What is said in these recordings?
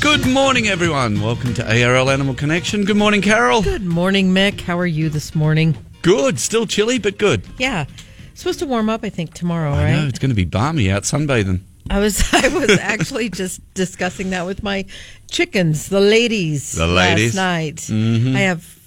Good morning, everyone. Welcome to ARL Animal Connection. Good morning, Carol. Good morning, Mick. How are you this morning? Good. Still chilly, but good. Yeah. It's supposed to warm up, I think, tomorrow, I know right? it's going to be balmy out sunbathing. I was I was actually just discussing that with my chickens, the ladies. The ladies. Mm-hmm. last night. I have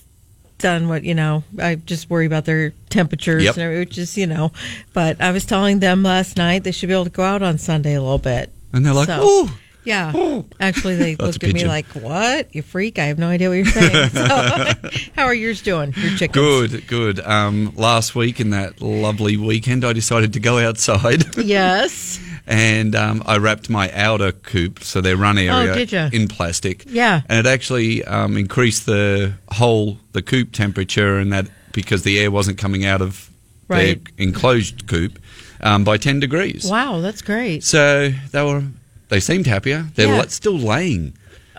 done what you know. I just worry about their temperatures Yep. and everything, which is you know. But I was telling them last night they should be able to go out on Sunday a little bit. And they're like, So- "Ooh, Yeah. Oh. Actually, they That's looked a at me pigeon. like, "What? You freak! I have no idea what you're saying." So, how are yours doing? Your chickens? good, good." Um, last week in that lovely weekend, I decided to go outside Yes. and um, I wrapped my outer coop, so their run area, Oh, did ya? in plastic. Yeah. and it actually um, increased the whole the coop temperature, and that because the air wasn't coming out of their Right. enclosed coop um, by ten degrees. Wow, that's great. So they were they seemed happier. They're Yeah. li- still laying.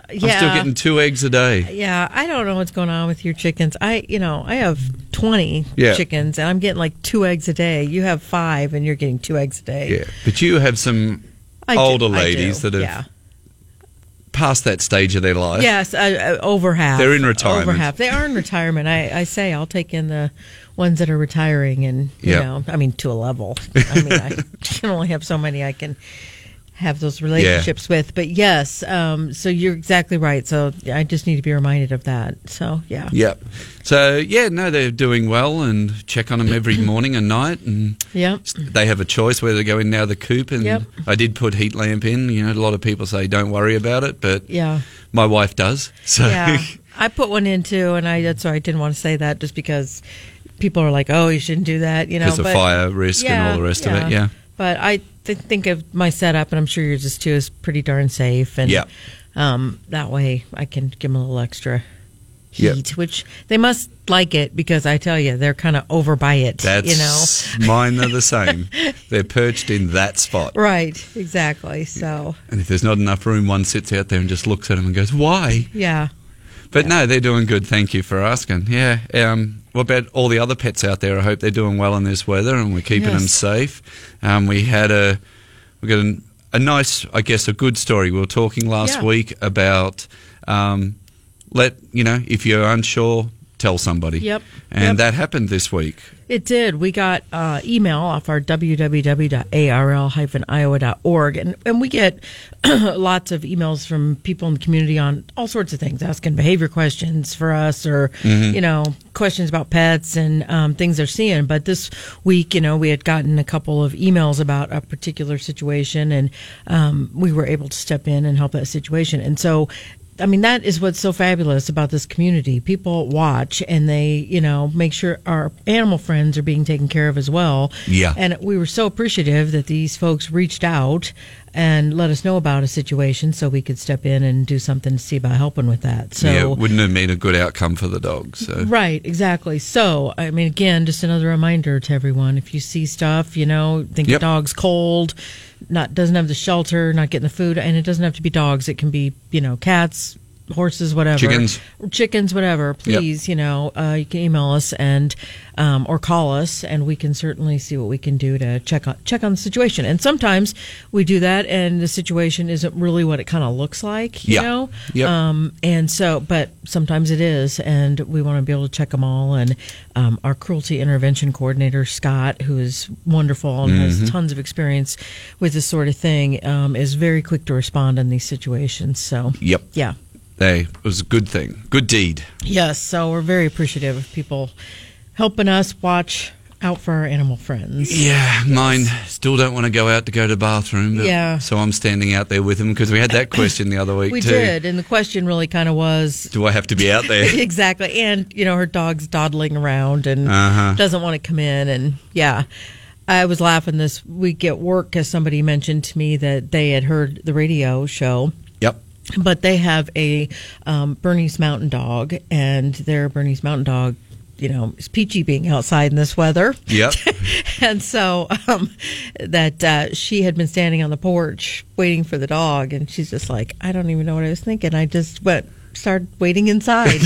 Yeah. I'm still getting two eggs a day. yeah, I don't know what's going on with your chickens. I, you know, I have 20 Yeah. chickens and I'm getting like two eggs a day. You have five and you're getting two eggs a day. Yeah, but you have some I do- older I do, ladies that have Yeah. past that stage of their life. Yes, uh, uh, over half. They're in retirement. Over half. They are in retirement. I, I say I'll take in the ones that are retiring, and you Yeah. know, I mean, to a level. I mean, I can only have so many I can have those relationships with. But yes, um, so you're exactly right. So I just need to be reminded of that. So yeah, Yep. So yeah, no, they're doing well, and check on them every morning and night, and Yep. they have a choice whether to go in now the coop. And Yep. I did put heat lamp in. You know, a lot of people say don't worry about it, but Yeah. my wife does. So yeah. I put one in too, and I that's why I didn't want to say that just because people are like, oh, you shouldn't do that, you know. because of fire risk and all the rest of it. Yeah. But I th- think of my setup, and I'm sure yours is too, is pretty darn safe. And Yeah. um, that way I can give them a little extra Yeah. heat, which they must like it because I tell you, they're kind of over by it, That's you know? mine are the same. They're perched in that spot. Right, exactly. So, And if there's not enough room, one sits out there and just looks at them and goes, "Why?" yeah. But no, they're doing good. Thank you for asking. Yeah. Um, what about all the other pets out there? I hope they're doing well in this weather and we're keeping them Yes. safe. Um, we had a we got an, a nice, I guess, a good story. We were talking last Yeah. week about um, let you know if you're unsure, tell somebody. Yep. And Yep. that happened this week. It did. We got uh, email off our www.arl-iowa.org, and, and we get lots of emails from people in the community on all sorts of things, asking behavior questions for us, or you know, questions about pets and um, things they're seeing. But this week, you know, we had gotten a couple of emails about a particular situation, and um, we were able to step in and help that situation. And so I mean, that is what's so fabulous about this community. People watch and they, you know, make sure our animal friends are being taken care of as well. Yeah. And we were so appreciative that these folks reached out and let us know about a situation so we could step in and do something to see about helping with that. So, yeah, uh, wouldn't have been a good outcome for the dogs. So. Right, exactly. So, I mean, again, just another reminder to everyone: if you see stuff, you know, think Yep. the dog's cold, not doesn't have the shelter, not getting the food, and it doesn't have to be dogs. It can be, you know, cats, horses, whatever, Chickens. chickens, whatever. Please, you know, uh, you can email us and um, or call us, and we can certainly see what we can do to check on check on the situation. And sometimes we do that, and the situation isn't really what it kind of looks like, you Yeah. know. Yep. Um, and so, but sometimes it is, and we want to be able to check them all. And um, our cruelty intervention coordinator, Scott, who is wonderful and Mm-hmm. has tons of experience with this sort of thing, um, is very quick to respond in these situations. So, Yep. yeah. They, it was a good thing. Good deed. Yes. So, we're very appreciative of people helping us watch out for our animal friends. Yeah, mine still don't want to go out to go to the bathroom. But, Yeah. So I'm standing out there with them because we had that question the other week We too. did. And the question really kind of was Do I have to be out there? exactly. And you know, her dog's dawdling around and Uh-huh. doesn't want to come in. And yeah, I was laughing this week at work because somebody mentioned to me that they had heard the radio show. yep. But they have a um, Bernese Mountain Dog, and their Bernese Mountain Dog, you know, is peachy being outside in this weather. Yep. and so um, that uh, she had been standing on the porch waiting for the dog, and she's just like, I don't even know what I was thinking. I just went, started waiting inside.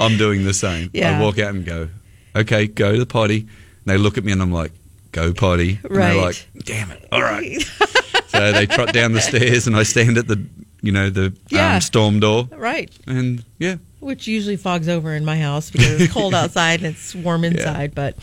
I'm doing the same. Yeah. I walk out and go, okay, go to the potty. And they look at me and I'm like, go potty. And Right. they're like, damn it. All right. so they trot down the stairs, and I stand at the you know the Yeah. um, storm door, Right. and yeah, Which usually fogs over in my house because it's cold outside and it's warm inside. But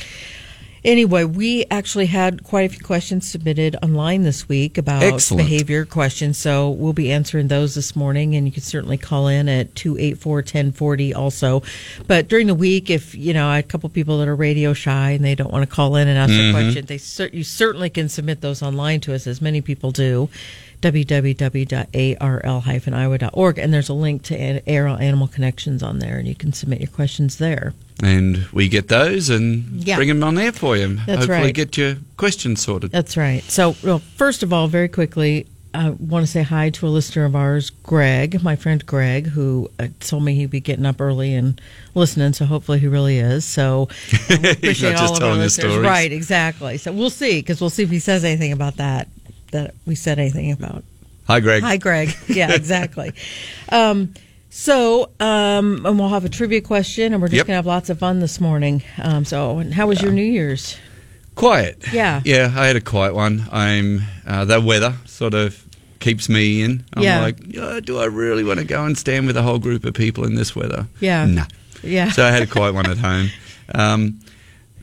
anyway, we actually had quite a few questions submitted online this week about Excellent. behavior questions. So we'll be answering those this morning. And you can certainly call in at 284 1040 also. But during the week, if, you know, I had a couple people that are radio shy and they don't want to call in and ask a question, they cer- you certainly can submit those online to us, as many people do www.arl-iowa.org and there's a link to An- Aerial Animal Connections on there and you can submit your questions there. and we get those and Yeah. bring them on there for you. and That's Hopefully, right. get your questions sorted. That's right. So, well, first of all, very quickly, I want to say hi to a listener of ours, Greg, my friend Greg, who uh, told me he'd be getting up early and listening. So hopefully he really is. So uh, we He's appreciate not all just of our telling his listeners. stories. Right, exactly. So we'll see because we'll see if he says anything about that that we said anything about. Hi, Greg. Hi, Greg. Yeah, exactly. um, so, um, and we'll have a trivia question, and we're just Yep. going to have lots of fun this morning. Um, so, and how was your New Year's? Quiet. Yeah. Yeah, I had a quiet one. I'm uh, the weather sort of keeps me in. I'm Yeah. like, "Yeah, do I really want to go and stand with a whole group of people in this weather? Yeah. Nah. Yeah. So I had a quiet one at home. Um,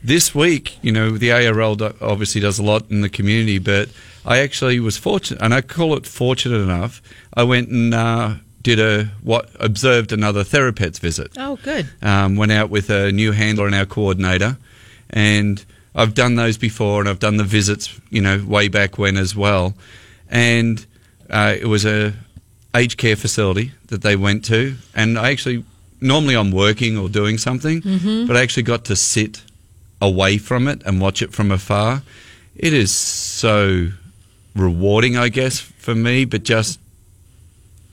this week, you know, the ARL do- obviously does a lot in the community, but I actually was fortunate, and I call it fortunate enough. I went and uh, did a what observed another therapet's visit oh, good. um, went out with a new handler and our coordinator, and I've done those before, and I've done the visits, you know, way back when as well, and uh, it was a aged care facility that they went to, and I actually normally I'm working or doing something, but I actually got to sit away from it and watch it from afar. It is so rewarding, I guess, for me, but just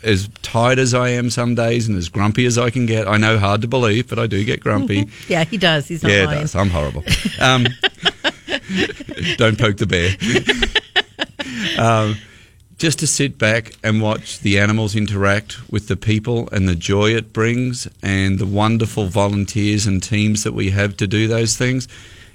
as tired as I am some days and as grumpy as I can get. I know, hard to believe, but I do get grumpy. Yeah, he does. He's not yeah, it lying. does. I'm horrible. Um, don't poke the bear. um, just to sit back and watch the animals interact with the people and the joy it brings and the wonderful volunteers and teams that we have to do those things.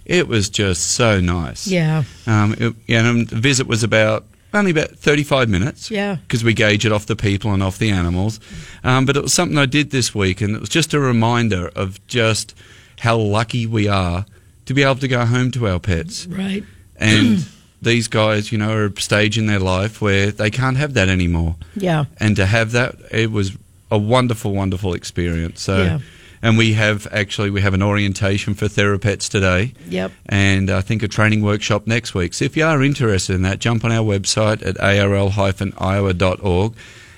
It was just so nice. Yeah, Um, it, yeah, and the visit was about only about 35 minutes. Yeah. Because we gauge it off the people and off the animals. Um, but it was something I did this week, and it was just a reminder of just how lucky we are to be able to go home to our pets. right. And these guys, you know, are at a stage in their life where they can't have that anymore. Yeah, And to have that, it was a wonderful, wonderful experience. So. Yeah. And we have actually we have an orientation for therapets today yep. and I think a training workshop next week. So if you are interested in that, jump on our website at arl-iowa.org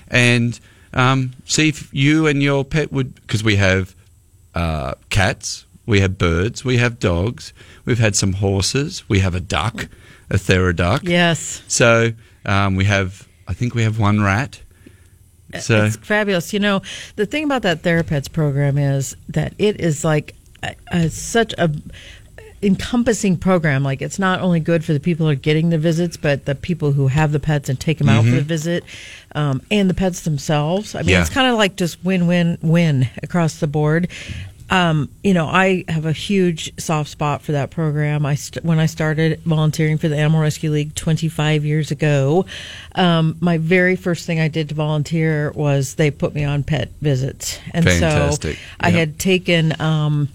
and um, see if you and your pet would, because we have uh, cats, we have birds, we have dogs, we've had some horses, we have a duck, a theriduck. Yes. So um, we have, I think we have one rat. So Uh, it's fabulous. You know, the thing about that Therapets program is that it is like a, a, such a encompassing program. Like it's not only good for the people who are getting the visits, but the people who have the pets and take them out for the visit, um, and the pets themselves. I mean, Mm-hmm. Yeah. it's kind of like just win, win, win across the board. Um, you know, I have a huge soft spot for that program. I st- when I started volunteering for the Animal Rescue League 25 years ago, um, my very first thing I did to volunteer was they put me on pet visits, and Fantastic. so I Yep. had taken. Um,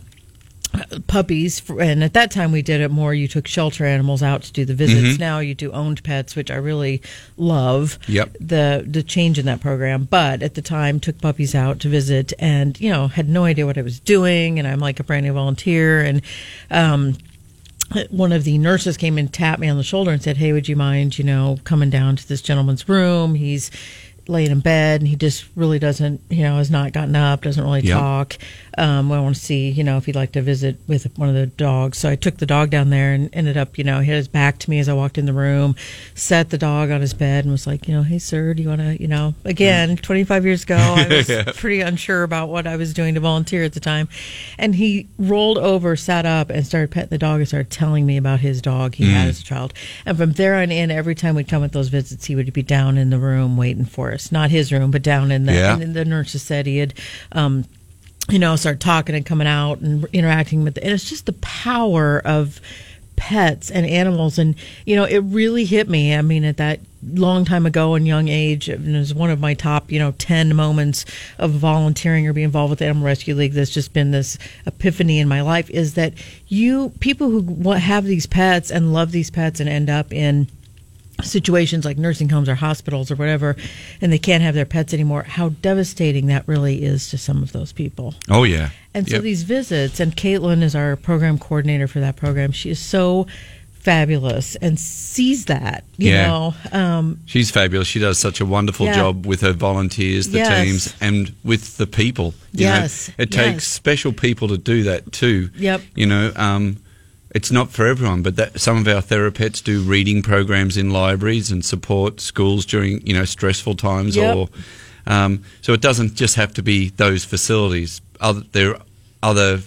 puppies for, and at that time we did it more you took shelter animals out to do the visits now you do owned pets which i really love Yep. the the change in that program but at the time took puppies out to visit and you know had no idea what i was doing and i'm like a brand new volunteer and um one of the nurses came and tapped me on the shoulder and said, "Hey, would you mind, you know, coming down to this gentleman's room? He's laying in bed and he just really doesn't, you know, has not gotten up, doesn't really Yeah. talk. Um, I want to see, you know, if he'd like to visit with one of the dogs." So I took the dog down there and ended up, you know, he had his back to me as I walked in the room, set the dog on his bed and was like, you know, "Hey, sir, do you want to, you know, again, 25 years ago, I was pretty unsure about what I was doing to volunteer at the time. And he rolled over, sat up, and started petting the dog and started telling me about his dog he had as a child. And from there on in, every time we'd come at those visits, he would be down in the room waiting for us. Not his room, but down in the. Yeah. And then the nurses said he had. Um, you know, started talking and coming out and interacting with, and it's just the power of pets and animals. And, you know, it really hit me. I mean, at that long time ago and young age, it was one of my top, you know, 10 moments of volunteering or being involved with the Animal Rescue League that's just been this epiphany in my life is that you, people who wa- have these pets and love these pets and end up in, situations like nursing homes or hospitals or whatever, and they can't have their pets anymore, how devastating that really is to some of those people. Oh yeah. And so Yep. these visits, and Caitlin is our program coordinator for that program. She is so fabulous and sees that, you Yeah. know. Um, She's fabulous. She does such a wonderful Yeah. job with her volunteers, the Yes. teams, and with the people. you know. Yes, it yes. takes special people to do that too. Yep. You know, um, it's not for everyone, but that, some of our therapists do reading programs in libraries and support schools during you know stressful times. Yep. Or um, so it doesn't just have to be those facilities. Other, there are other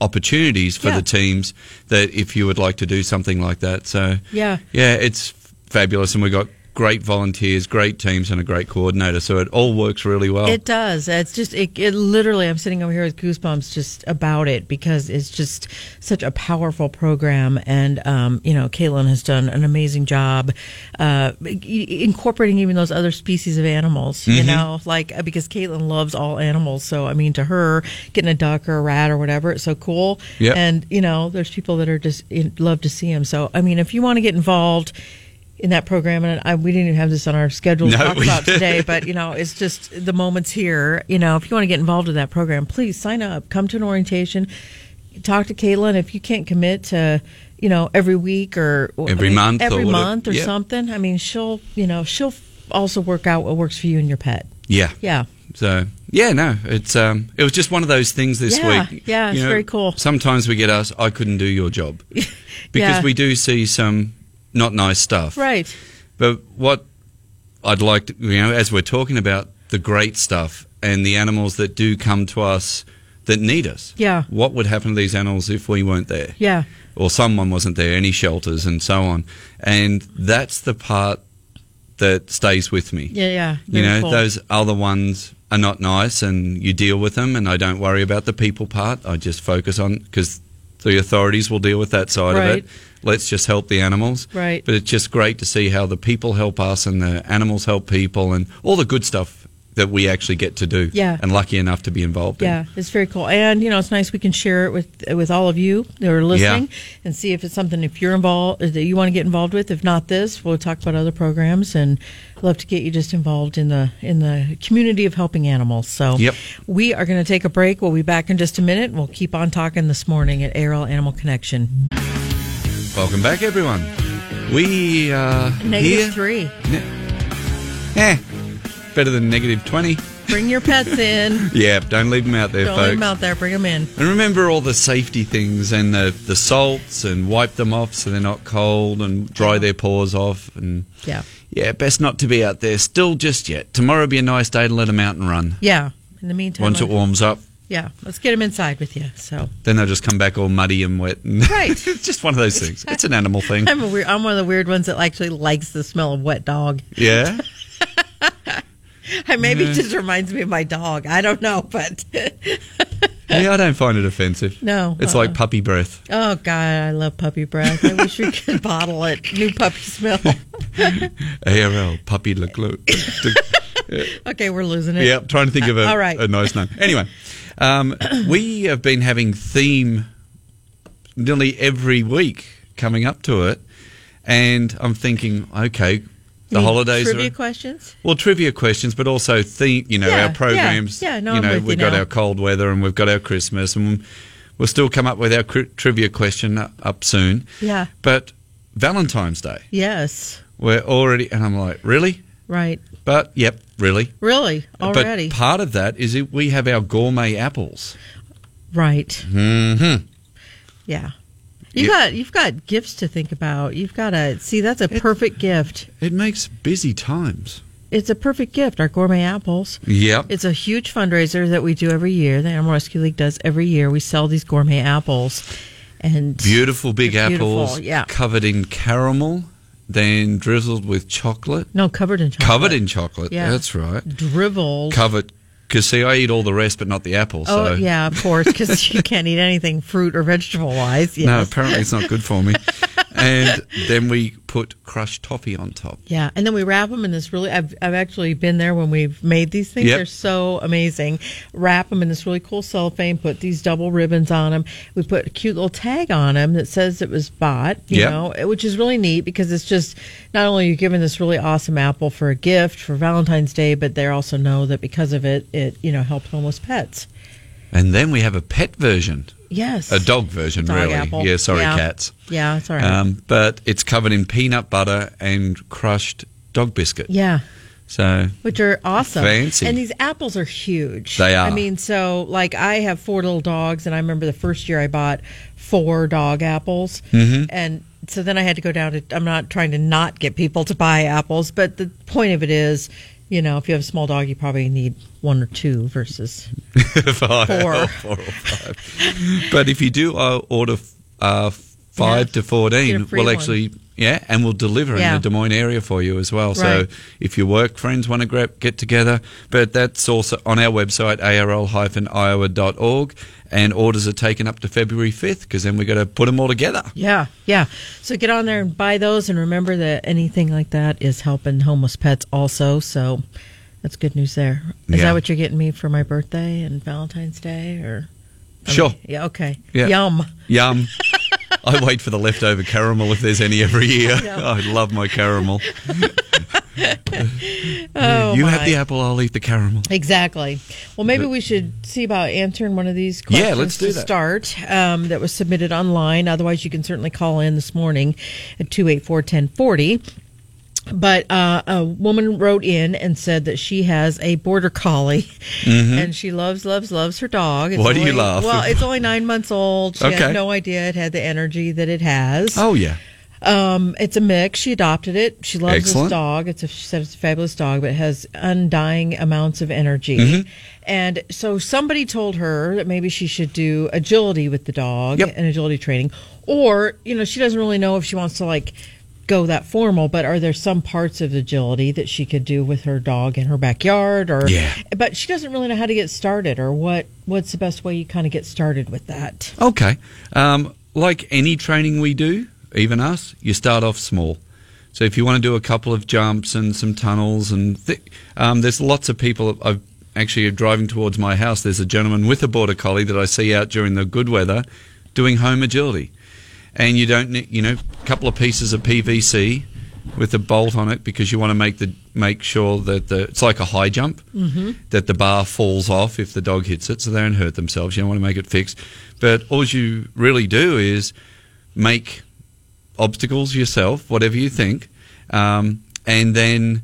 opportunities for Yeah. the teams that if you would like to do something like that. So Yeah. yeah, it's fabulous, and we've got great volunteers, great teams, and a great coordinator. So it all works really well. It does. It's just it, it. Literally, I'm sitting over here with goosebumps just about it because it's just such a powerful program, and um, you know, Caitlin has done an amazing job uh, i- incorporating even those other species of animals. Mm-hmm. You know, like uh, because Caitlin loves all animals, so I mean, to her, getting a duck or a rat or whatever, it's so cool. Yep. And you know, there's people that are just in, love to see him. So I mean, if you want to get involved. In that program, and I, we didn't even have this on our schedule to No, talk we- about today, but you know, it's just the moments here. You know, if you want to get involved with that program, please sign up, come to an orientation, talk to Caitlin. If you can't commit to, you know, every week or or- Every I mean, month or every whatever. month or Yeah. something, I mean, she'll, you know, she'll also work out what works for you and your pet. yeah. Yeah. So yeah, no, it's um, it was just one of those things this Yeah, week. yeah, it's You very cool. Sometimes we get asked, "I couldn't do your job," because Yeah. we do see some not nice stuff. Right. But what I'd like to, you know, as we're talking about the great stuff and the animals that do come to us that need us. Yeah. What would happen to these animals if we weren't there? Yeah. or someone wasn't there, any shelters and so on. And that's the part that stays with me. Yeah. Yeah. you Very know, cool. those other ones are not nice and you deal with them and I don't worry about the people part. I just focus on because the authorities will deal with that side of Right. it. Let's just help the animals. Right. But it's just great to see how the people help us and the animals help people and all the good stuff that we actually get to do Yeah. and lucky enough to be involved in. Yeah, it's very cool, and you know, it's nice we can share it with with all of you that are listening, and see if it's something if you're involved that you want to get involved with. If not this, we'll talk about other programs, and love to get you just involved in the in the community of helping animals. So, Yep. we are going to take a break. We'll be back in just a minute. and We'll keep on talking this morning at ARL Animal Connection. Welcome back everyone. We are here. Negative three. Eh, better than negative 20. Bring your pets in. Yeah, don't leave them out there, Don't folks. leave them out there. Bring them in. And remember all the safety things and the, the salts and wipe them off so they're not cold and dry their paws off. And Yeah. yeah, best not to be out there still just yet. Tomorrow be a nice day to let them out and run. Yeah. In the meantime, Once it let- warms up, yeah, let's get them inside with you. So. then they'll just come back all muddy and wet. And Right. it's just one of those things. It's an animal thing. I'm a weird. I'm one of the weird ones that actually likes the smell of wet dog. Yeah. I maybe it just reminds me of my dog. I don't know, but Yeah, I don't find it offensive. No, uh-uh. It's like puppy breath. oh god, I love puppy breath. I wish we could bottle it. New puppy smell. ARL, puppy look, look. Okay, we're losing it. Yeah, I'm trying to think of a, All right. a nice name. Anyway, um, we have been having theme nearly every week coming up to it, and I'm thinking, okay, the Any holidays Mm, Trivia are questions. well, trivia questions, but also theme. You know, Yeah, our programs. yeah, yeah, no, you I'm know, with you we've got now. our cold weather and we've got our Christmas, and we'll still come up with our cri- trivia question u- up soon. Yeah. But Valentine's Day, Yes. we're already, and I'm like, really? Right. But yep, really. Really. Already. But part of that is that we have our gourmet apples. right. Mm-hmm. Yeah. You Yeah. got you've got gifts to think about. You've got to see that's a perfect gift. It makes busy times. It's a perfect gift. Our gourmet apples. Yep. It's a huge fundraiser that we do every year. The Animal Rescue League does every year. We sell these gourmet apples, and Beautiful big They're beautiful, apples yeah. covered in caramel, then drizzled with chocolate. no, covered in chocolate. Covered in chocolate. Yeah. That's right. dribbled. Covered Because see, I eat all the rest, but not the apple. Oh, so yeah, of course, because you can't eat anything fruit or vegetable wise. Yes. no, apparently it's not good for me. and then we put crushed toffee on top. Yeah, and then we wrap them in this really. I've I've actually been there when we've made these things. Yep. They're so amazing. Wrap them in this really cool cellophane. Put these double ribbons on them. We put a cute little tag on them that says it was bought. You Yep. know, which is really neat because it's just not only you're giving this really awesome apple for a gift for Valentine's Day, but they also know that because of it, it you know helped homeless pets. And then we have a pet version, Yes, a dog version, Dog really. apple. Yeah, sorry, Yeah. cats. Yeah, it's all right. Um, but it's covered in peanut butter and crushed dog biscuit. yeah. So which are awesome. Fancy. And these apples are huge. They are. I mean, so like I have four little dogs, and I remember the first year I bought four dog apples, Mm-hmm. and so then I had to go down to. I'm not trying to not get people to buy apples, but the point of it is. You know, if you have a small dog, you probably need one or two versus. five, Four. four or five. but if you do uh, order uh, five Yeah. to Get fourteen, a free we'll one. actually yeah, and we'll deliver Yeah. in the Des Moines area for you as well. So Right. if your work friends want to grab, get together, but that's also on our website arl-iowa.org, and orders are taken up to February fifth because then we're going to put them all together. Yeah, yeah. So get on there and buy those, and remember that anything like that is helping homeless pets also. So that's good news there. Is Yeah. that what you're getting me for my birthday and Valentine's Day, or I mean, Sure. yeah, okay. Yeah. Yum. Yum. I wait for the leftover caramel if there's any every year. I love my caramel. Oh, you my. have the apple, I'll eat the caramel. Exactly. Well, maybe we should see about answering one of these questions Yeah, let's do to that. start um, that was submitted online. Otherwise, you can certainly call in this morning at 284 1040. But uh, a woman wrote in and said that she has a border collie and she loves, loves, loves her dog. It's Why Mm-hmm. do you only- laugh? Well, it's only nine months old. She Okay. had no idea it had the energy that it has. Oh yeah. Um, it's a mix. She adopted it. She loves Excellent. this dog. It's a, she says it's a fabulous dog, but it has undying amounts of energy. Mm-hmm. And so somebody told her that maybe she should do agility with the dog Yep. and agility training. Or, you know, she doesn't really know if she wants to like go that formal, but are there some parts of agility that she could do with her dog in her backyard or Yeah. but she doesn't really know how to get started or what what's the best way you kind of get started with that. Okay. Um, like any training we do, even us, you start off small. So if you want to do a couple of jumps and some tunnels and th- um, there's lots of people. I've actually driving towards my house. There's a gentleman with a border collie that I see out during the good weather, doing home agility, and you don't need you know a couple of pieces of PVC with a bolt on it because you want to make the make sure that the it's like a high jump that the bar falls off if the dog hits it so they don't hurt themselves. You don't want to make it fixed, but all you really do is make obstacles yourself, whatever you think, um, and then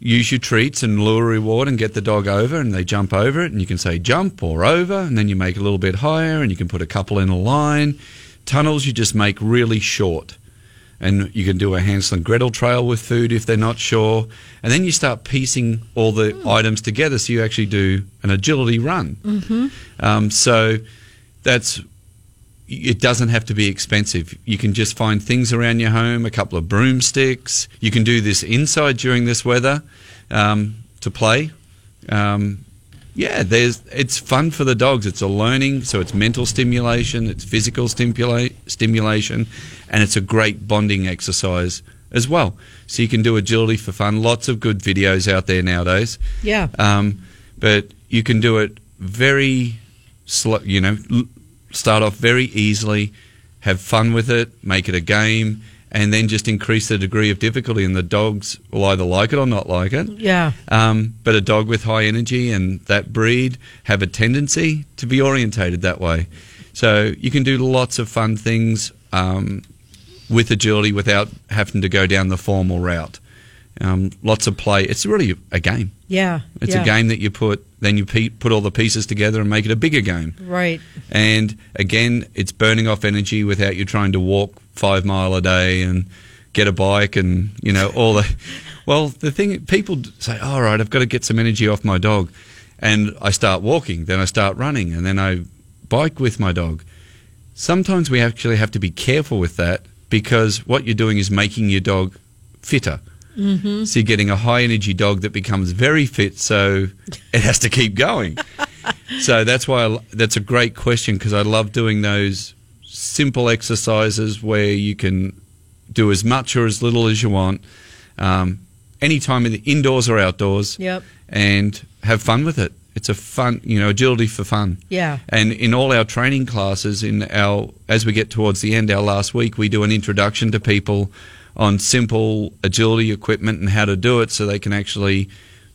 use your treats and lure reward and get the dog over and they jump over it and you can say jump or over and then you make it a little bit higher and you can put a couple in a line tunnels you just make really short and you can do a Hansel and Gretel trail with food if they're not sure. And then you start piecing all the items together, so you actually do an agility run. Mm-hmm. Um, so that's it doesn't have to be expensive. You can just find things around your home, a couple of broomsticks. You can do this inside during this weather um, to play. Um, yeah, there's it's fun for the dogs. It's a learning, so it's mental stimulation, it's physical stimula- stimulation, and it's a great bonding exercise as well. So you can do agility for fun. Lots of good videos out there nowadays. Yeah. Um, but you can do it very slow, you know, l- start off very easily, have fun with it, make it a game, and then just increase the degree of difficulty. And the dogs will either like it or not like it. Yeah. Um, but a dog with high energy and that breed have a tendency to be orientated that way. So you can do lots of fun things um, with agility without having to go down the formal route. Um, lots of play. It's really a game. Yeah. It's yeah. a game that you put, then you pe- put all the pieces together and make it a bigger game. Right. And again, it's burning off energy without you trying to walk five mile a day and get a bike and you know all the. Well, the thing people d- say, all right, I've got to get some energy off my dog, and I start walking, then I start running, and then I bike with my dog. Sometimes we actually have to be careful with that because what you're doing is making your dog fitter. So you're getting a high energy dog that becomes very fit, so it has to keep going. so that's why I, that's a great question because I love doing those simple exercises where you can do as much or as little as you want, um, anytime in the indoors or outdoors, Yep. and have fun with it. It's a fun, you know, agility for fun. Yeah. And in all our training classes, in our as we get towards the end, our last week, we do an introduction to people on simple agility equipment and how to do it, so they can actually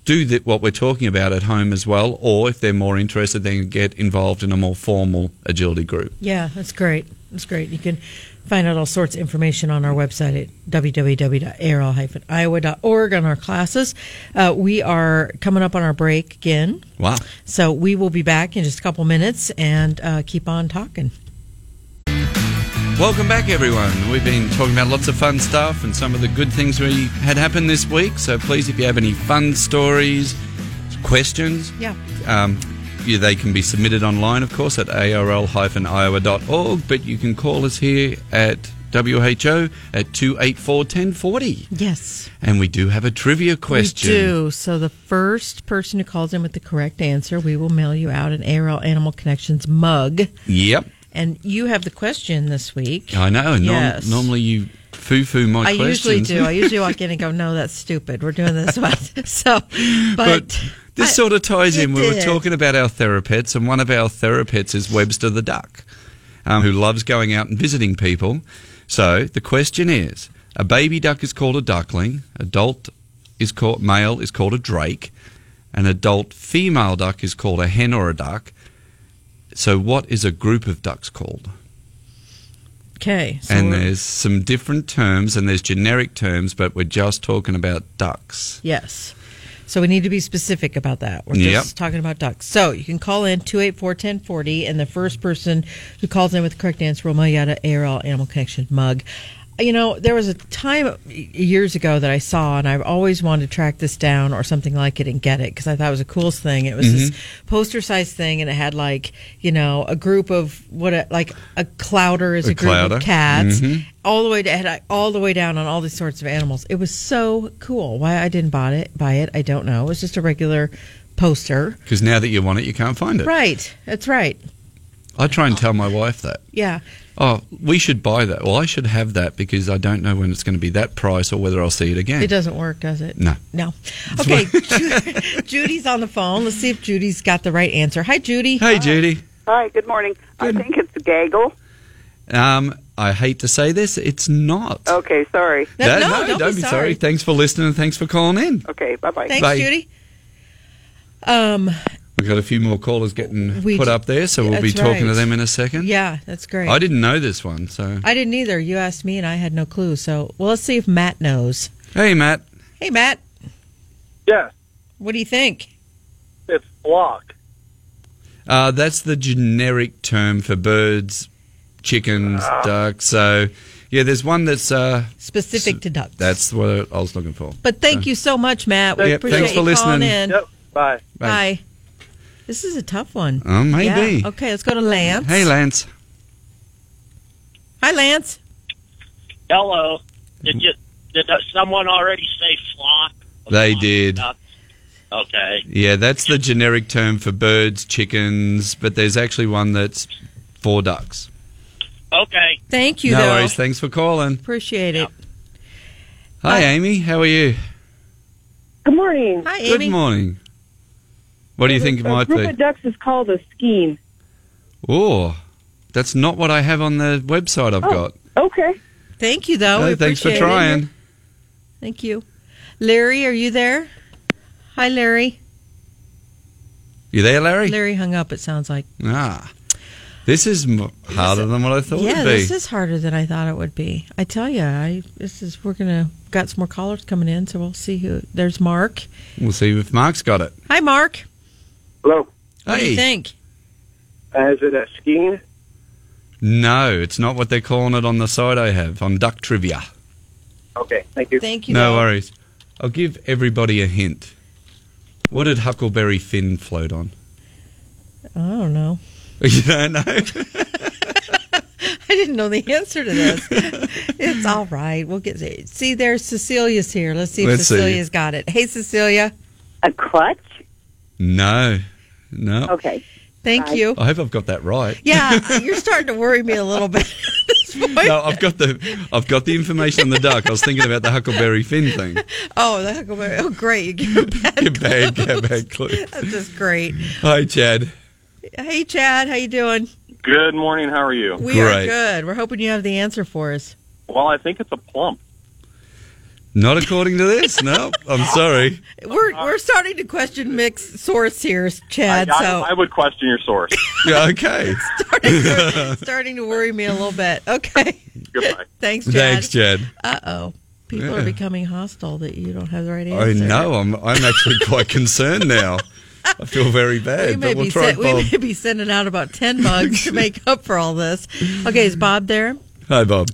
do that, what we're talking about at home as well. Or if they're more interested, they can get involved in a more formal agility group. Yeah, that's great. That's great. You can find out all sorts of information on our website at www.arl-iowa.org on our classes. Uh, we are coming up on our break again, Wow. so we will be back in just a couple minutes and uh, keep on talking. Welcome back, everyone. We've been talking about lots of fun stuff and some of the good things we had happen this week. So please, if you have any fun stories, questions, Yeah. um, yeah, they can be submitted online, of course, at arl-iowa.org. But you can call us here at WHO at 284-1040. Yes, And we do have a trivia question. we do. So the first person who calls in with the correct answer, we will mail you out an ARL Animal Connections mug. Yep, And you have the question this week. I know. Norm- Yes. Normally you foo-foo my I questions. usually do. I usually walk in and go, "No, that's stupid. We're doing this one." So, but, But this I- sort of ties it in. We were did. talking about our therapets, and one of our therapets is Webster the duck, um, who loves going out and visiting people. So the question is: A baby duck is called a duckling. Adult is called male is called a drake. An adult female duck is called a hen or a duck. So what is a group of ducks called? okay, so and we're- there's some different terms, and there's generic terms, but we're just talking about ducks. yes. So we need to be specific about that. We're Yep. just talking about ducks. So you can call in 284-1040, and the first person who calls in with the correct answer will mail you out an ARL Animal Connection mug. You know, there was a time years ago that I saw, and I've always wanted to track this down or something like it and get it because I thought it was the coolest thing. It was this Mm-hmm. poster sized thing, and it had like you know a group of what a, like a clouder Mm-hmm. is a, A group clouder. of cats, Mhm. all the way to, had, like, all the way down on all these sorts of animals. It was so cool. Why I didn't buy it, buy it, I don't know. It was just a regular poster, Because now that you want it, you can't find it. right? That's right. I try and tell my wife that. Yeah, Oh, we should buy that. Well, I should have that because I don't know when it's going to be that price or whether I'll see it again. it doesn't work, does it? No. no. Okay, Ju- Judy's on the phone. Let's see if Judy's got the right answer. Hi, Judy. Hey, Judy. Hi, good morning. I think it's gaggle. Um, I hate to say this, it's not. Okay, sorry. No, That- no, don't, be, sorry. Thanks for listening and thanks for calling in. Okay, bye bye. Thanks, Bye. Judy. Um, We've got a few more callers getting We put d- up there, so we'll be That's talking to right. them in a second. yeah, that's great. I didn't know this one, so. I didn't either. You asked me, and I had no clue. So, well, let's see if Matt knows. Hey, Matt. Hey, Matt, Yes, what do you think? it's flock. Uh, that's the generic term for birds, chickens, Ah. ducks. So, yeah, there's one that's. Uh, Specific to ducks. that's uh, what I was looking for. But thank you so much, Matt. We Yep, appreciate thanks for you calling listening. in. Yep. Bye. Bye. Bye. This is a tough one. Oh, maybe. Yeah. Okay, let's go to Lance. Hey, Lance. Hi, Lance. Hello. Did you, did uh, someone already say flock? They Flock did. duck? Okay. Yeah, that's the generic term for birds, chickens, but there's actually one that's for ducks. Okay. Thank you, no though. worries. Thanks for calling. Appreciate it. Hi, Hi. Amy. How are you? Good morning. Hi, Good Amy. morning. What do you think it a might group be? of ducks is called a skein. Oh, that's not what I have on the website I've Oh, got. Okay. Thank you, though. Uh, oh, we thanks for appreciate it. trying. Thank you. Larry, are you there? Hi, Larry. You there, Larry? Larry hung up, it sounds like. Ah, this is m- harder than what I thought yeah, it'd be. this is harder than I thought it would be. I tell you, I this is we're gonna got some more callers coming in, so we'll see who. There's Mark. We'll see if Mark's got it. Hi, Mark. Hello. Uh, What do you Hey, think? Is it a skein? no, it's not what they're calling it on the site I have on Duck Trivia. Okay, thank you. Thank you. no though. worries. I'll give everybody a hint. What did Huckleberry Finn float on? I don't know. You don't know? I didn't know the answer to this. it's all right. We'll get see. There's Cecilia's here. Let's see if Let's see. Cecilia's got it. Hey, Cecilia. A clutch? No, no. Okay. Thank Right. you. I hope I've got that right. Yeah, you're starting to worry me a little bit. at this point. No, I've got the I've got the information on the duck. I was thinking about the Huckleberry Finn thing. Oh, the huckleberry. Oh, great. You give a bad, Get bad, clue. get bad clue. That's just great. Hi, Chad. Hey, Chad. How you doing? Good morning. How are you? We are Great. good. We're hoping you have the answer for us. Well, I think it's a plump. Not according to this. No, I'm sorry. We're we're starting to question Mick's source here, Chad. Uh-huh. I, so I, I would question your source. Yeah, okay. starting, to, starting to worry me a little bit. Okay. Goodbye. Thanks, Chad. Thanks, Chad. Uh oh. People Yeah. are becoming hostile that you don't have the right I answer. know. I'm I'm actually quite concerned now. I feel very bad, We may, but we'll be try. sen- and we Bob. may be sending out about 10 bugs to make up for all this. Okay, is Bob there? Hi, Bob.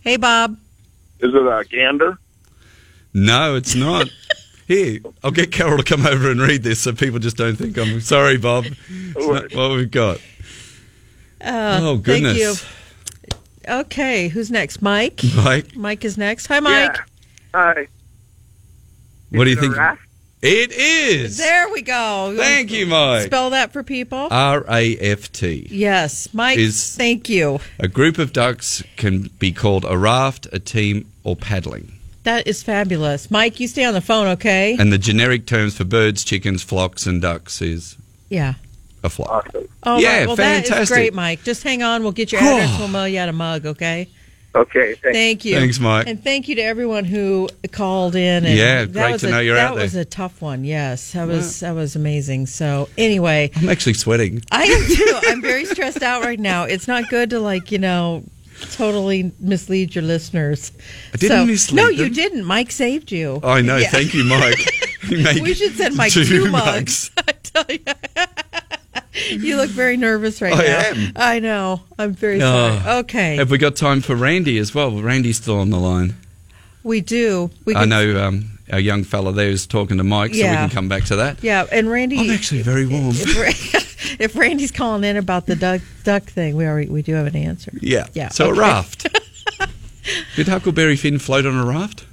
Hey, Bob. Is it a gander? No, it's not. Here, I'll get Carol to come over and read this so people just don't think I'm sorry, Bob. It's not what we've got. Uh, oh Thank you. goodness, Okay, who's next? Mike? Mike. Mike is next. Hi, Mike. Yeah. Hi. What Is do you it a think? rat? It is. There we go. Thank you, Mike. Spell that for people. R A F T. yes, Mike. Is- thank you. A group of ducks can be called a raft, a team, or paddling. That is fabulous. Mike, you stay on the phone, okay? And the generic terms for birds, chickens, flocks, and ducks is Yeah. a flock. Awesome. Oh, Yeah, Well, that is fantastic. great, Mike. Just hang on. We'll get your address. We'll mail you out a mug, okay? Okay. Thanks. Thank you. Thanks, Mike. And thank you to everyone who called in. And Yeah, that great was to a- know you're that out there. was a tough one. Yes, that was that was amazing. So anyway, I'm actually sweating. I am too. I'm very stressed out right now. It's not good to like you know totally mislead your listeners. I didn't So- mislead No, them. you didn't. Mike saved you. I know. Yeah. Thank you, Mike. You make We should send Mike two, mugs. I tell you. You look very nervous right I now. am. I know. I'm very Oh. sorry. Okay. Have we got time for Randy as well? Randy's still on the line. we do. We I know um, our young fella there is talking to Mike, so we Yeah. can come back to that. Yeah, and Randy I'm actually very warm. if, Ra- if Randy's calling in about the duck duck thing, we already we do have an answer. Yeah. Yeah, So okay. a raft. Did Huckleberry Finn float on a raft?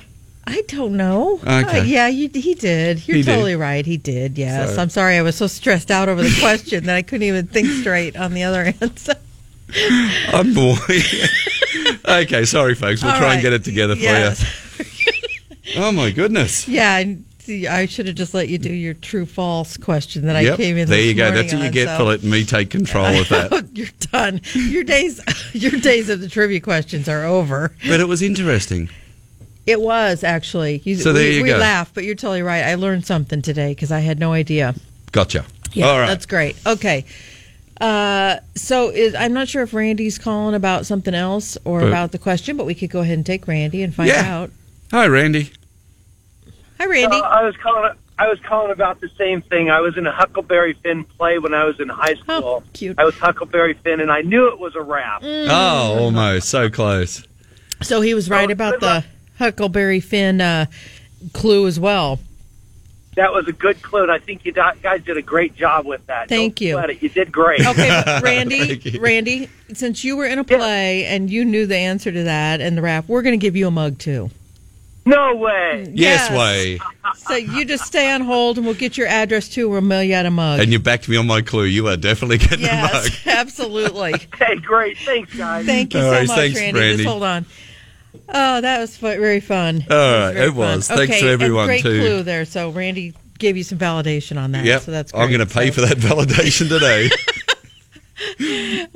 I don't know. Okay. Uh, yeah, you, he did. You're He did. totally right. He did. Yes. So- I'm sorry. I was so stressed out over the question that I couldn't even think straight on the other end. So, I'm boy. okay, sorry, folks. We'll All try right. and get it together for yes. you. Oh my goodness. Yeah. And see, I should have just let you do your true false question that I yep. came in. there this you go. morning That's what you on, get so. for letting me take control of that. You're done. Your days, your days of the trivia questions are over. But it was interesting. It was actually. You, So there we, you we go. laugh, but you're totally right. I learned something today because I had no idea. Gotcha. Yeah, All right. that's great. Okay. Uh, so is, I'm not sure if Randy's calling about something else or But- about the question, but we could go ahead and take Randy and find Yeah. out. Hi, Randy. Hi, Randy. Uh, I was calling. I was calling about the same thing. I was in a Huckleberry Finn play when I was in high oh, school. cute. I was Huckleberry Finn, and I knew it was a rap. Mm. Oh, almost. So close. So he was right about the Huckleberry Finn uh, clue as well. That was a good clue, and I think you di- guys did a great job with that. Thank Don't you. sweat it. You did great. Okay, but Randy, Thank you. Randy, since you were in a play and you knew the answer to that and the rap, we're going to give you a mug too. No Mm. way. Yes, way. So you just stay on hold, and we'll get your address too. We'll mail you out a mug. And you backed me on my clue. You are definitely getting a mug. yes, absolutely. Hey, great. Thanks, guys. Thank you All so right, much, thanks, Randy. Randy. Just hold on. Oh, that was fu- very fun. All That right, very it was. fun. Thanks okay, to everyone, and great too. clue there. So Randy gave you some validation on that. Yep. So that's. I'm great. going to pay So- for that validation today.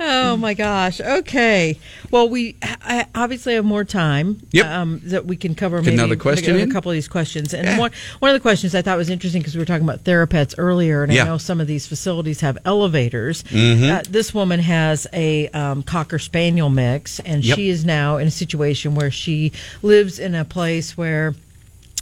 Oh my gosh. Okay. Well, we I obviously have more time. Yep. Um, that we can cover Get maybe another question a, in? couple of these questions, and Yeah. one one of the questions I thought was interesting because we were talking about therapests earlier, and Yeah. Mm-hmm. I know some of these facilities have elevators. Uh, this woman has a um, cocker spaniel mix, and Yep. she is now in a situation where she lives in a place where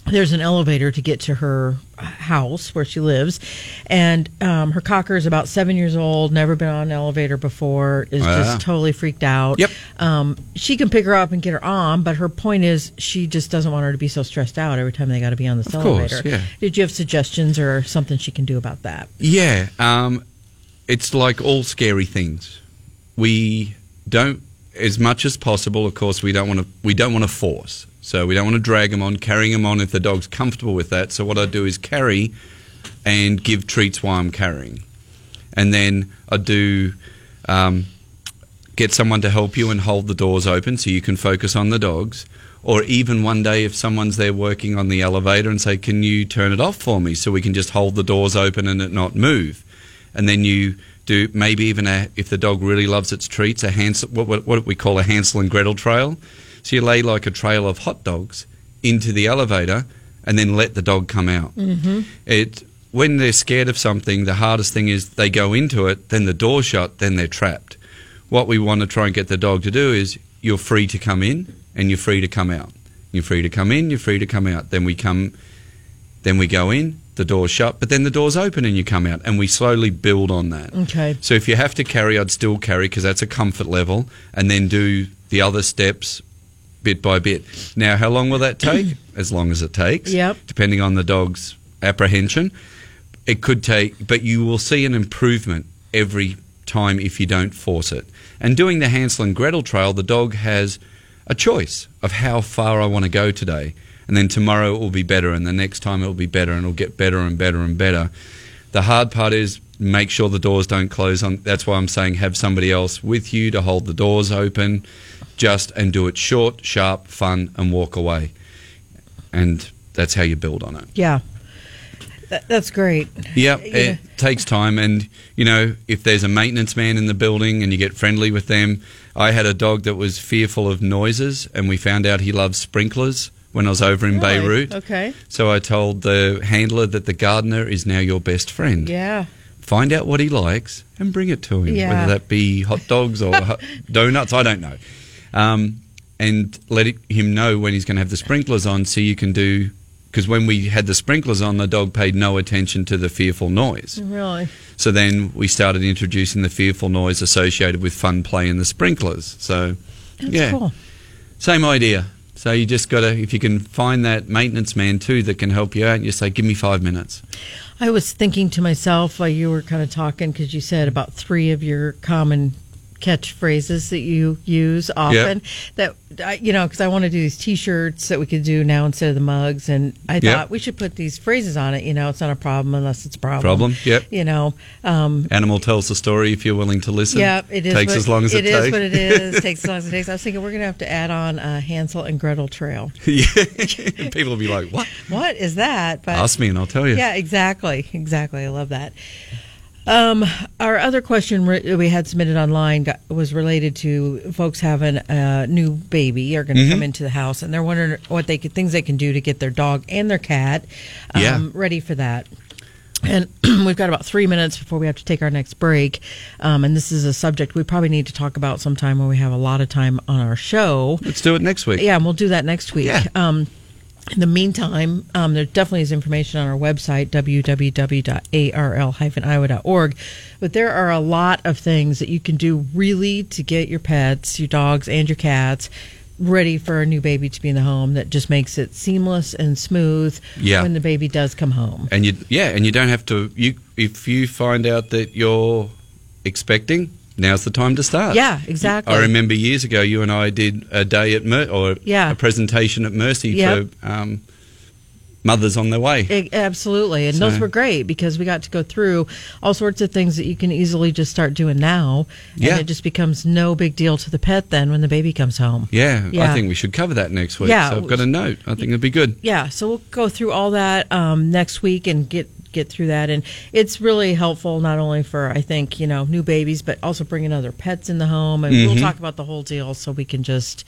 there's an elevator to get to her house where she lives and um, her cocker is about seven years old never been on an elevator before is Ah. just totally freaked out Yep. um, she can pick her up and get her on but her point is she just doesn't want her to be so stressed out every time they got to be on this Of course, elevator yeah. did you have suggestions or something she can do about that Yeah, um, it's like all scary things. We don't as much as possible. Of course, we don't want to we don't want to force. So we don't want to drag them on, carrying them on if the dog's comfortable with that. So what I do is carry and give treats while I'm carrying, and then I do um, get someone to help you and hold the doors open so you can focus on the dogs. Or even one day, if someone's there working on the elevator and say, Can you turn it off for me so we can just hold the doors open and it not move? And then you do maybe even a, if the dog really loves its treats, a Hansel, what, what, what we call a Hansel and Gretel trail. So you lay like a trail of hot dogs into the elevator and then let the dog come out Mm-hmm. it when they're scared of something, the hardest thing is they go into it, then the door shut, then they're trapped. What we want to try and get the dog to do is you're free to come in and you're free to come out. You're free to come in, you're free to come out. Then we come then we go in, the door's shut, but then the door's open and you come out and we slowly build on that. Okay. So if you have to carry, I'd still carry because that's a comfort level, and then do the other steps bit by bit. Now, how long will that take? as long as it takes. Yep. Depending on the dog's apprehension, it could take, but you will see an improvement every time if you don't force it. And doing the Hansel and Gretel trail, the dog has a choice of how far I want to go today. And then tomorrow it will be better, and the next time it will be better, and it'll get better and better and better. The hard part is make sure the doors don't close on that's why I'm saying have somebody else with you to hold the doors open just and do it short, sharp, fun and walk away. And that's how you build on it. Yeah. That, that's great. Yep, Yeah. it takes time and you know, if there's a maintenance man in the building and you get friendly with them. I had a dog that was fearful of noises and we found out he loves sprinklers when I was over in Really? Beirut. Okay. So I told the handler that the gardener is now your best friend. Yeah. find out what he likes and bring it to him, Yeah. whether that be hot dogs or hot donuts, I don't know. Um, and let it, him know when he's going to have the sprinklers on so you can do. Because when we had the sprinklers on, the dog paid no attention to the fearful noise. Really. So then we started introducing the fearful noise associated with fun play and the sprinklers. So, That's yeah, cool. same idea. So you just got to, if you can find that maintenance man too that can help you out, you say, give me five minutes. I was thinking to myself while you were kind of talking because you said about three of your common catchphrases that you use often. That I, you know, because I want to do these T-shirts that we could do now instead of the mugs, and I Yep. thought we should put these phrases on it. You know, it's not a problem unless it's a problem. Problem? Yep. You know, um, Animal tells the story if you're willing to listen. yeah, it is. Takes what- as long as it, It takes. is what it is. takes as long as it takes. I was thinking we're going to have to add on uh, Hansel and Gretel Trail. yeah. People will be like, what? What is that? But Ask me and I'll tell you. Yeah, exactly. Exactly. I love that. Um, our other question re- we had submitted online got, was related to folks having a new baby are going to Mhm. come into the house and they're wondering what they could things they can do to get their dog and their cat um, Yeah. ready for that. And we've got about three minutes before we have to take our next break. Um, and this is a subject we probably need to talk about sometime when we have a lot of time on our show. Let's do it next week. Yeah, and we'll do that next week. Yeah. Um, in the meantime, um, there definitely is information on our website, www.arl-iowa.org. But there are a lot of things that you can do really to get your pets, your dogs, and your cats ready for a new baby to be in the home that just makes it seamless and smooth Yeah. when the baby does come home. And you, yeah, and you don't have to. You, if you find out that you're expecting, now's the time to start. yeah, exactly. Uh, I remember years ago, you and I did a day at Mer- or Yeah. a presentation at Mercy Yep. for um, mothers on their way. It, absolutely. And those So- were great because we got to go through all sorts of things that you can easily just start doing now. And Yeah. it just becomes no big deal to the pet then when the baby comes home. Yeah, Yeah. I think we should cover that next week. Yeah. so I've got a note. I think it'd be good. Yeah. So we'll go through all that um, next week and get get through that and it's really helpful not only for i think you know new babies but also bringing other pets in the home and we'll Mhm. talk about the whole deal so we can just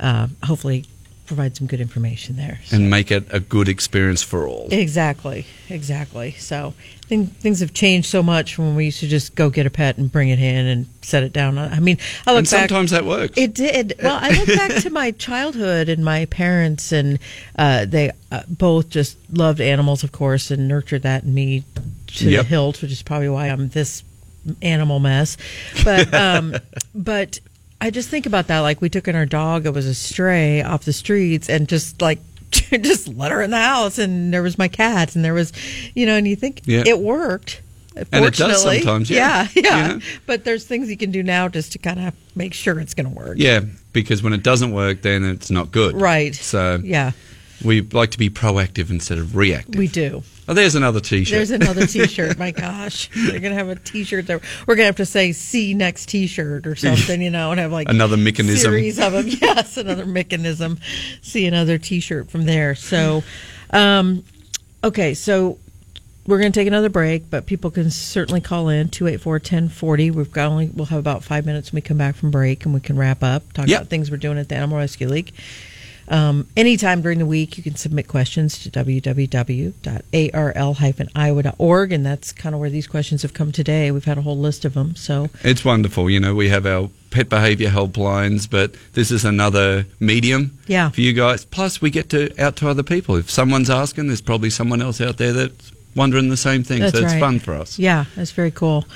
uh, hopefully provide some good information there And make it a good experience for all. Exactly, exactly. So thing, things have changed so much from when we used to just go get a pet and bring it in and set it down. I mean, I look and back. sometimes that works. It did. Well, I look back to my childhood and my parents, and uh, they uh, both just loved animals, of course, and nurtured that in me to Yep. the hilt, which is probably why I'm this animal mess. But um, but I just think about that. Like we took in our dog; it was a stray off the streets, and just like. Just let her in the house, and there was my cat, and there was, you know, and you think Yeah. it worked. And it does fortunately. sometimes, yeah. yeah, You know? But there's things you can do now just to kind of make sure it's going to work. Yeah, because when it doesn't work, then it's not good. Right. So Yeah, we like to be proactive instead of reactive. we do. Oh, there's another T-shirt. There's another T-shirt. My gosh, they're gonna have a T-shirt that we're gonna have to say "See next T-shirt" or something, you know, and have like Another mechanism. series of them. Yes, another mechanism. See another T-shirt from there. So, um, okay, so we're gonna take another break, but people can certainly call in 284-1040. We've got only we'll have about five minutes when we come back from break, and we can wrap up talk Yep. about things we're doing at the Animal Rescue League. Um, anytime during the week, you can submit questions to www.arl-iowa.org, and that's kind of where these questions have come today. We've had a whole list of them, so It's wonderful. You know, we have our pet behavior helplines, but this is another medium Yeah. for you guys. Plus, we get to out to other people. If someone's asking, there's probably someone else out there that's wondering the same thing. That's so it's right. fun for us. yeah, that's very cool.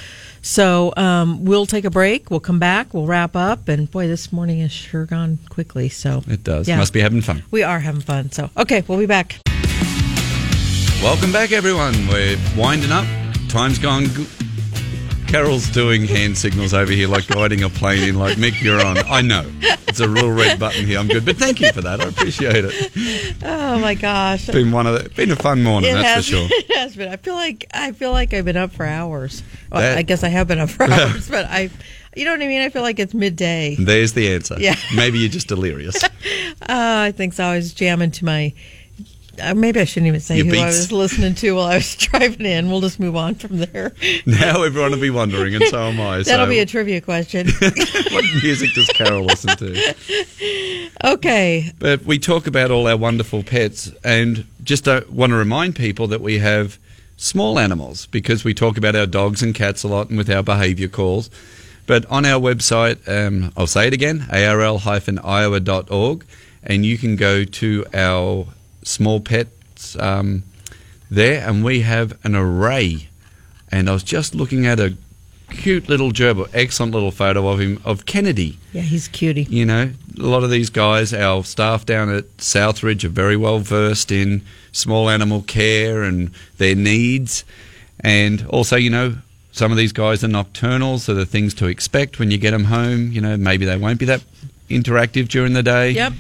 So um, we'll take a break. We'll come back. We'll wrap up. And boy, this morning has sure gone quickly. So It does. Yeah. Must be having fun. we are having fun. So okay, we'll be back. Welcome back, everyone. We're winding up. Time's gone. Go- Carol's doing hand signals over here, like riding a plane in, like Mick, you're on. I know. It's a real red button here. I'm good, but thank you for that. I appreciate it. It's Oh my gosh, been one of the, been a fun morning, it that's has, for sure. It has been. I feel like I feel like I've been up for hours. Well, That- I guess I have been up for hours, but I, you know what I mean. I feel like it's midday. There's the answer. Yeah. Maybe you're just delirious. Uh, I think so. I was jamming to my. Uh, maybe I shouldn't even say Your who I beats. was listening to while I was driving in. We'll just move on from there. now everyone will be wondering, and so am I. That'll so be a trivia question. what music does Carol listen to? okay. But we talk about all our wonderful pets, and just uh, want to remind people that we have small animals because we talk about our dogs and cats a lot and with our behaviour calls. But on our website, um, I'll say it again arl-iowa.org, and you can go to our small pets um, there, and we have an array. And I was just looking at a cute little gerbil, excellent little photo of him, of Kennedy. Yeah, he's a cutie. You know, a lot of these guys, our staff down at Southridge, are very well versed in small animal care and their needs. And also, you know, some of these guys are nocturnal, so the things to expect when you get them home, you know, maybe they won't be that interactive during the day. Yep.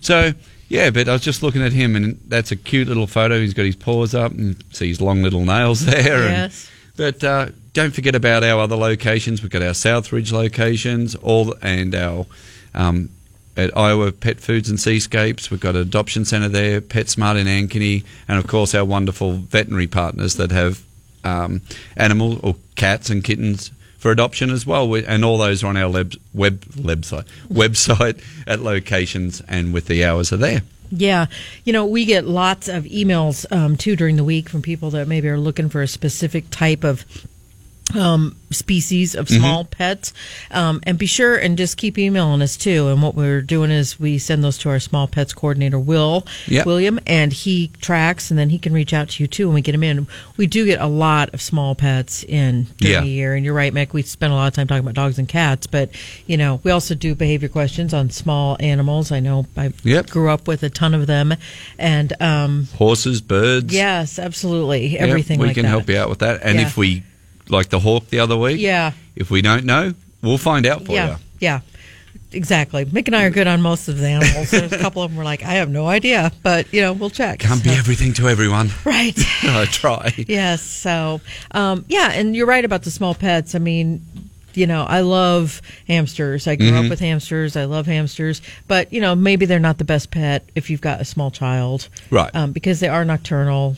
So, yeah, but I was just looking at him, and that's a cute little photo. He's got his paws up and see his long little nails there. and- Yes. but uh, don't forget about our other locations. We've got our Southridge locations, all and our um, at Iowa Pet Foods and Seascapes. We've got an adoption centre there, PetSmart in Ankeny, and of course our wonderful veterinary partners that have um, animal or cats and kittens for adoption as well. We, and all those are on our web, web website website at locations and with the hours are there. Yeah, you know, we get lots of emails um, too during the week from people that maybe are looking for a specific type of um, species Mm-hmm. of small pets. Um, and be sure and just keep emailing us too. And what we're doing is we send those to our small pets coordinator, Will Yep. William, and he tracks and then he can reach out to you too when we get them in. We do get a lot of small pets in during Yeah. the year. And you're right, Mick, we spend a lot of time talking about dogs and cats, but, you know, we also do behavior questions on small animals. I know I Yep. grew up with a ton of them. And um, Horses, birds, yes, absolutely. Yep, Everything we like can that. help you out with that. And Yeah. if we like the hawk the other week, Yeah. If we don't know, we'll find out for yeah, you. yeah, exactly. Mick and I are good on most of the animals. There's a couple of them we're like, I have no idea, but you know, we'll check. Can't be So- everything to everyone. right. I try. Yes. So, um, yeah, and you're right about the small pets. I mean, you know, I love hamsters. I grew Mm-hmm. up with hamsters. I love hamsters, but you know, maybe they're not the best pet if you've got a small child, Right. Um, because they are nocturnal.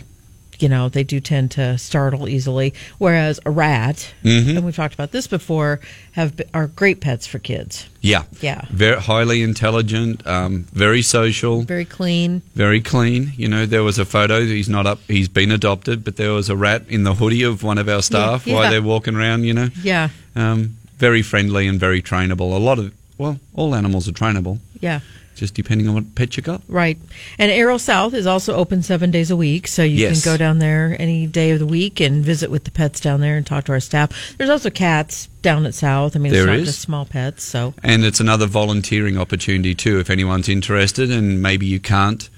You know, they do tend to startle easily. Whereas a rat, Mm-hmm. and we've talked about this before, have be- are great pets for kids. Yeah. Yeah. Very highly intelligent, um, very social, Very clean. very clean. You know, there was a photo. He's not up. He's been adopted, but there was a rat in the hoodie of one of our staff Yeah. while they're walking around. You know, Yeah, um, very friendly and very trainable. A lot of well, all animals are trainable, yeah. just depending on what pet you got. Right. And Arrow South is also open seven days a week. So you Yes. can go down there any day of the week and visit with the pets down there and talk to our staff. There's also cats down at South. I mean, There it's not is. just small pets. So, And it's another volunteering opportunity too, if anyone's interested, and maybe you can't,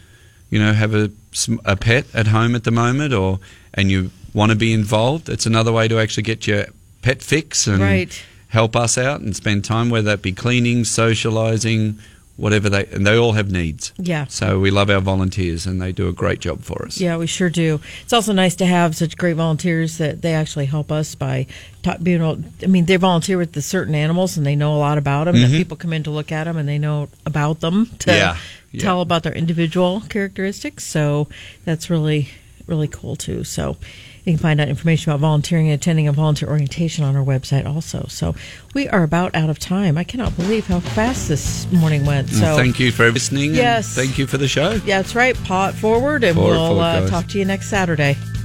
you know, have a, sm- a pet at home at the moment, or and you want to be involved, it's another way to actually get your pet fix and right. help us out and spend time, whether that be cleaning, socializing, whatever they, and they all have needs. Yeah. So we love our volunteers and they do a great job for us. Yeah, we sure do. It's also nice to have such great volunteers that they actually help us by ta- being. able- I mean, they volunteer with the certain animals and they know a lot about them. And Mhm. people come in to look at them and they know about them to Yeah, yeah. tell about their individual characteristics. So that's really really cool too. So you can find out information about volunteering and attending a volunteer orientation on our website also. So we are about out of time. I cannot believe how fast this morning went. And So Mm, thank you for listening. and Yes. Thank you for the show. yeah, that's right. Paw it forward, and Paw it we'll forward, uh, guys. talk to you next Saturday.